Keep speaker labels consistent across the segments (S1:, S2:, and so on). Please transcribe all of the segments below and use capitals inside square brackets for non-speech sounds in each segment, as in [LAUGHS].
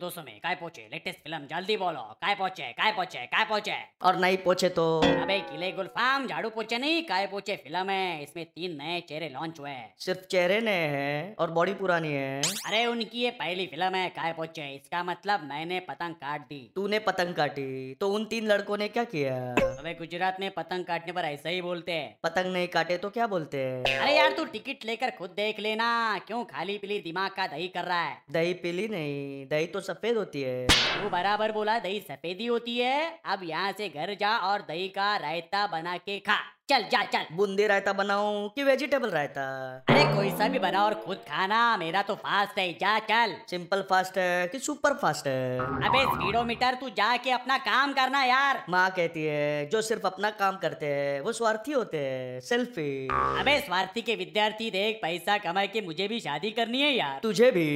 S1: दोस्तों में Kai Poche latest film जल्दी बोलो काय पोचे काय पोचे काय पोचे
S2: और नहीं पहुंचे तो
S1: अबे किले गुलफाम झाड़ू पोचे नहीं काय पोचे फिल्म है इसमें तीन नए चेहरे लॉन्च हुए हैं।
S2: सिर्फ चेहरे नए हैं और बॉडी पुरानी है
S1: अरे उनकी ये पहली फिल्म है काय पोचे इसका मतलब मैंने पतंग काट दी
S2: तूने पतंग काटी तो उन तीन लड़कों ने क्या किया
S1: अबे गुजरात में पतंग काटने पर ऐसा ही बोलते हैं
S2: पतंग नहीं काटे तो क्या बोलते हैं
S1: अरे यार तू टिकट लेकर खुद देख लेना क्यों खाली पीली दिमाग का दही कर रहा है
S2: दही पीली नहीं दही तो सफेद होती है
S1: तू बराबर बोला दही सफेदी होती है अब यहाँ से घर जा और दही का रायता बना के खा चल जा चल
S2: बूंदी रायता बनाऊं कि वेजिटेबल रायता
S1: अरे कोई सा भी बना और खुद खाना मेरा तो फास्ट है जा चल
S2: सिंपल फास्ट है कि सुपर फास्ट है
S1: अबे स्पीडोमीटर तू जाके अपना काम करना यार
S2: माँ कहती है जो सिर्फ अपना काम करते हैं वो स्वार्थी होते हैं सेल्फी
S1: अबे स्वार्थी के विद्यार्थी देख पैसा कमा के मुझे भी शादी करनी है यार
S2: तुझे भी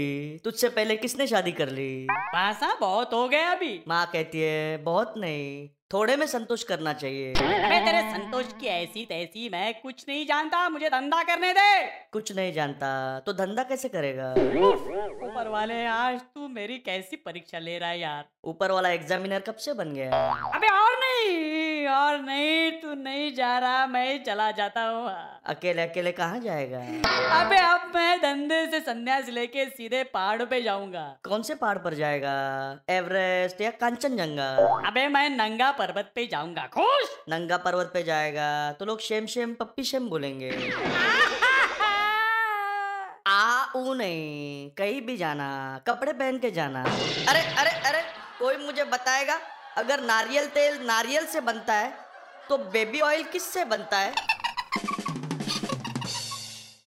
S2: तुझसे पहले किसने शादी कर ली
S1: पैसा बहुत हो गया अभी
S2: माँ कहती है बहुत नहीं थोड़े में संतोष करना चाहिए
S1: अबे तेरे संतोष की ऐसी तैसी मैं कुछ नहीं जानता मुझे धंधा करने दे
S2: कुछ नहीं जानता तो धंधा कैसे करेगा
S1: ऊपर वाले आज तू मेरी कैसी परीक्षा ले रहा है यार
S2: ऊपर वाला एग्जामिनर कब से बन गया
S1: अबे और नहीं और नहीं तू नहीं जा रहा मैं चला जाता हूँ
S2: अकेले अकेले कहाँ जाएगा
S1: अबे अब मैं धंधे से संन्यास लेके सीधे पहाड़ों पे जाऊंगा
S2: कौन से पहाड़ पर जाएगा एवरेस्ट या कांचनजंगा
S1: अबे मैं नंगा पर्वत पे जाऊंगा खुश [LAUGHS]
S2: नंगा पर्वत पे जाएगा तो लोग शेम शेम पप्पी शेम बोलेंगे आ ऊ नहीं कहीं भी जाना कपड़े पहन के जाना अरे अरे अरे कोई मुझे बताएगा अगर नारियल तेल नारियल से बनता है तो बेबी ऑयल किससे बनता है